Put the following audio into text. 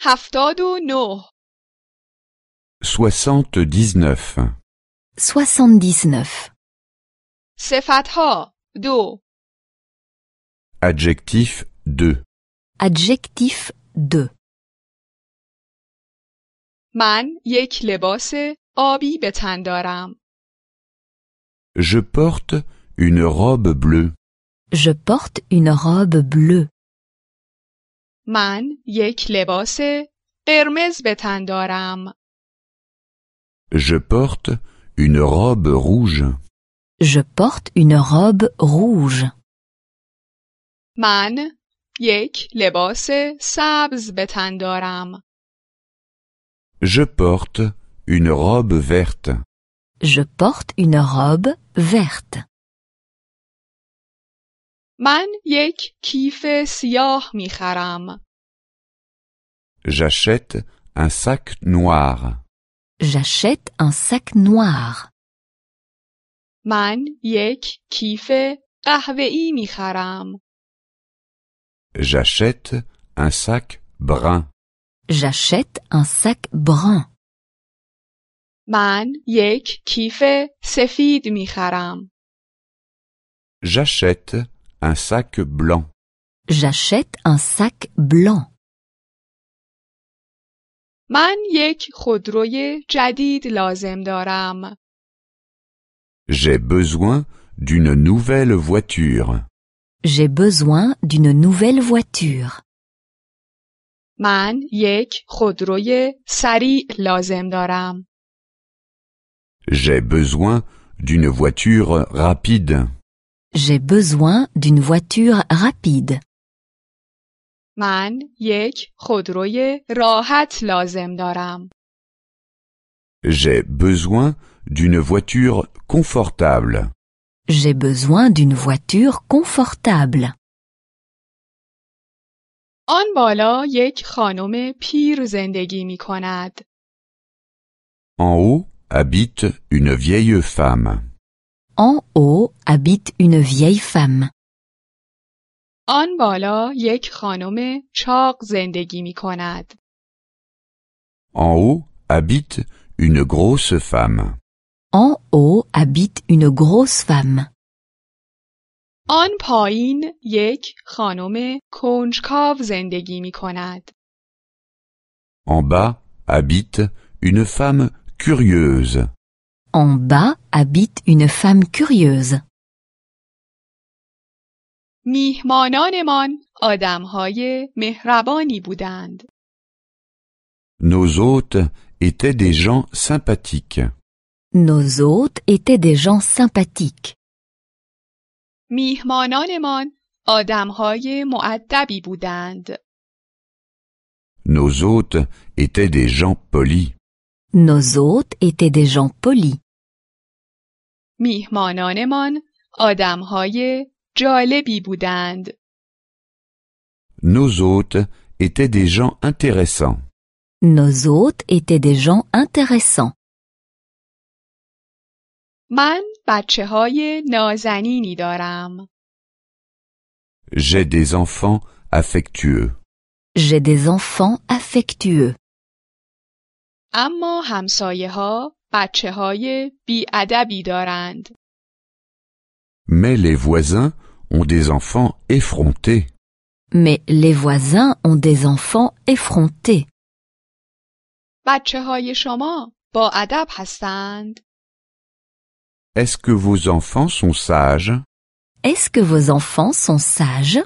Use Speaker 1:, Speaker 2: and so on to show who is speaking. Speaker 1: هفتاد و نه
Speaker 2: 79.
Speaker 3: 79.
Speaker 1: صفتها دو
Speaker 2: Adjectif 2.
Speaker 3: Adjectif 2.
Speaker 1: من یک لباس آبی به تن دارم
Speaker 2: Je porte une robe bleue.
Speaker 3: Je porte une robe bleue.
Speaker 1: من یک لباس قرمز به تن دارم
Speaker 2: Je porte une robe rouge.
Speaker 3: Je porte une robe rouge.
Speaker 1: من یک لباس سبز به تن دارم
Speaker 2: Je porte une robe verte.
Speaker 3: Je porte une robe verte.
Speaker 1: من یک کیف سیاه میخرم
Speaker 2: J'achète un sac noir.
Speaker 3: J'achète un sac noir.
Speaker 1: من یک کیف قهوه‌ای میخرم
Speaker 2: J'achète un sac brun.
Speaker 3: J'achète un sac brun.
Speaker 1: من یک کیف سفید میخرم
Speaker 2: J'achète un sac blanc.
Speaker 3: J'achète un sac blanc.
Speaker 1: من یک خودروی جدید لازم دارم
Speaker 2: J'ai besoin d'une nouvelle voiture.
Speaker 3: J'ai besoin d'une nouvelle voiture.
Speaker 1: من یک خودروی سریع لازم دارم
Speaker 2: J'ai besoin d'une voiture rapide.
Speaker 3: J'ai besoin d'une voiture rapide.
Speaker 1: من یک خودروی راحت لازم دارم
Speaker 2: J'ai besoin d'une voiture confortable.
Speaker 3: J'ai besoin d'une voiture confortable.
Speaker 1: آن بالا یک خانم پیر زندگی می کند.
Speaker 2: En haut habite une vieille femme.
Speaker 3: En haut habite une vieille femme.
Speaker 1: آن بالا یک خانم چاق زندگی می کند.
Speaker 2: En haut habite une grosse femme.
Speaker 3: En haut habite une grosse femme.
Speaker 1: آن پایین یک خانم کنجکاو زندگی می کند.
Speaker 2: En bas habite une femme curieuse.
Speaker 3: En bas habite une femme curieuse.
Speaker 1: میهمانانمان آدمهای مهربانی بودند.
Speaker 2: Nos hôtes étaient des gens sympathiques.
Speaker 3: Nos hôtes étaient des gens sympathiques.
Speaker 1: میهمانانمان آدمهای معدبی بودند.
Speaker 2: Nos hôtes étaient des gens polis.
Speaker 3: Nos hôtes étaient des gens polis.
Speaker 1: میهمانانمان آدمهای جالبی بودند.
Speaker 2: Nos hôtes étaient des gens intéressants.
Speaker 3: Nos hôtes étaient des gens intéressants.
Speaker 1: من بچه های نازنینی دارم.
Speaker 2: J'ai des enfants affectueux.
Speaker 3: J'ai des enfants affectueux.
Speaker 1: اما همسایه ها بچه های بیادبی دارند.
Speaker 2: Mais les voisins ont des enfants effrontés.
Speaker 3: Mais les voisins ont des enfants effrontés.
Speaker 1: بچه های شما با ادب هستند.
Speaker 2: Est-ce que vos enfants sont sages
Speaker 3: Est-ce que vos enfants sont sages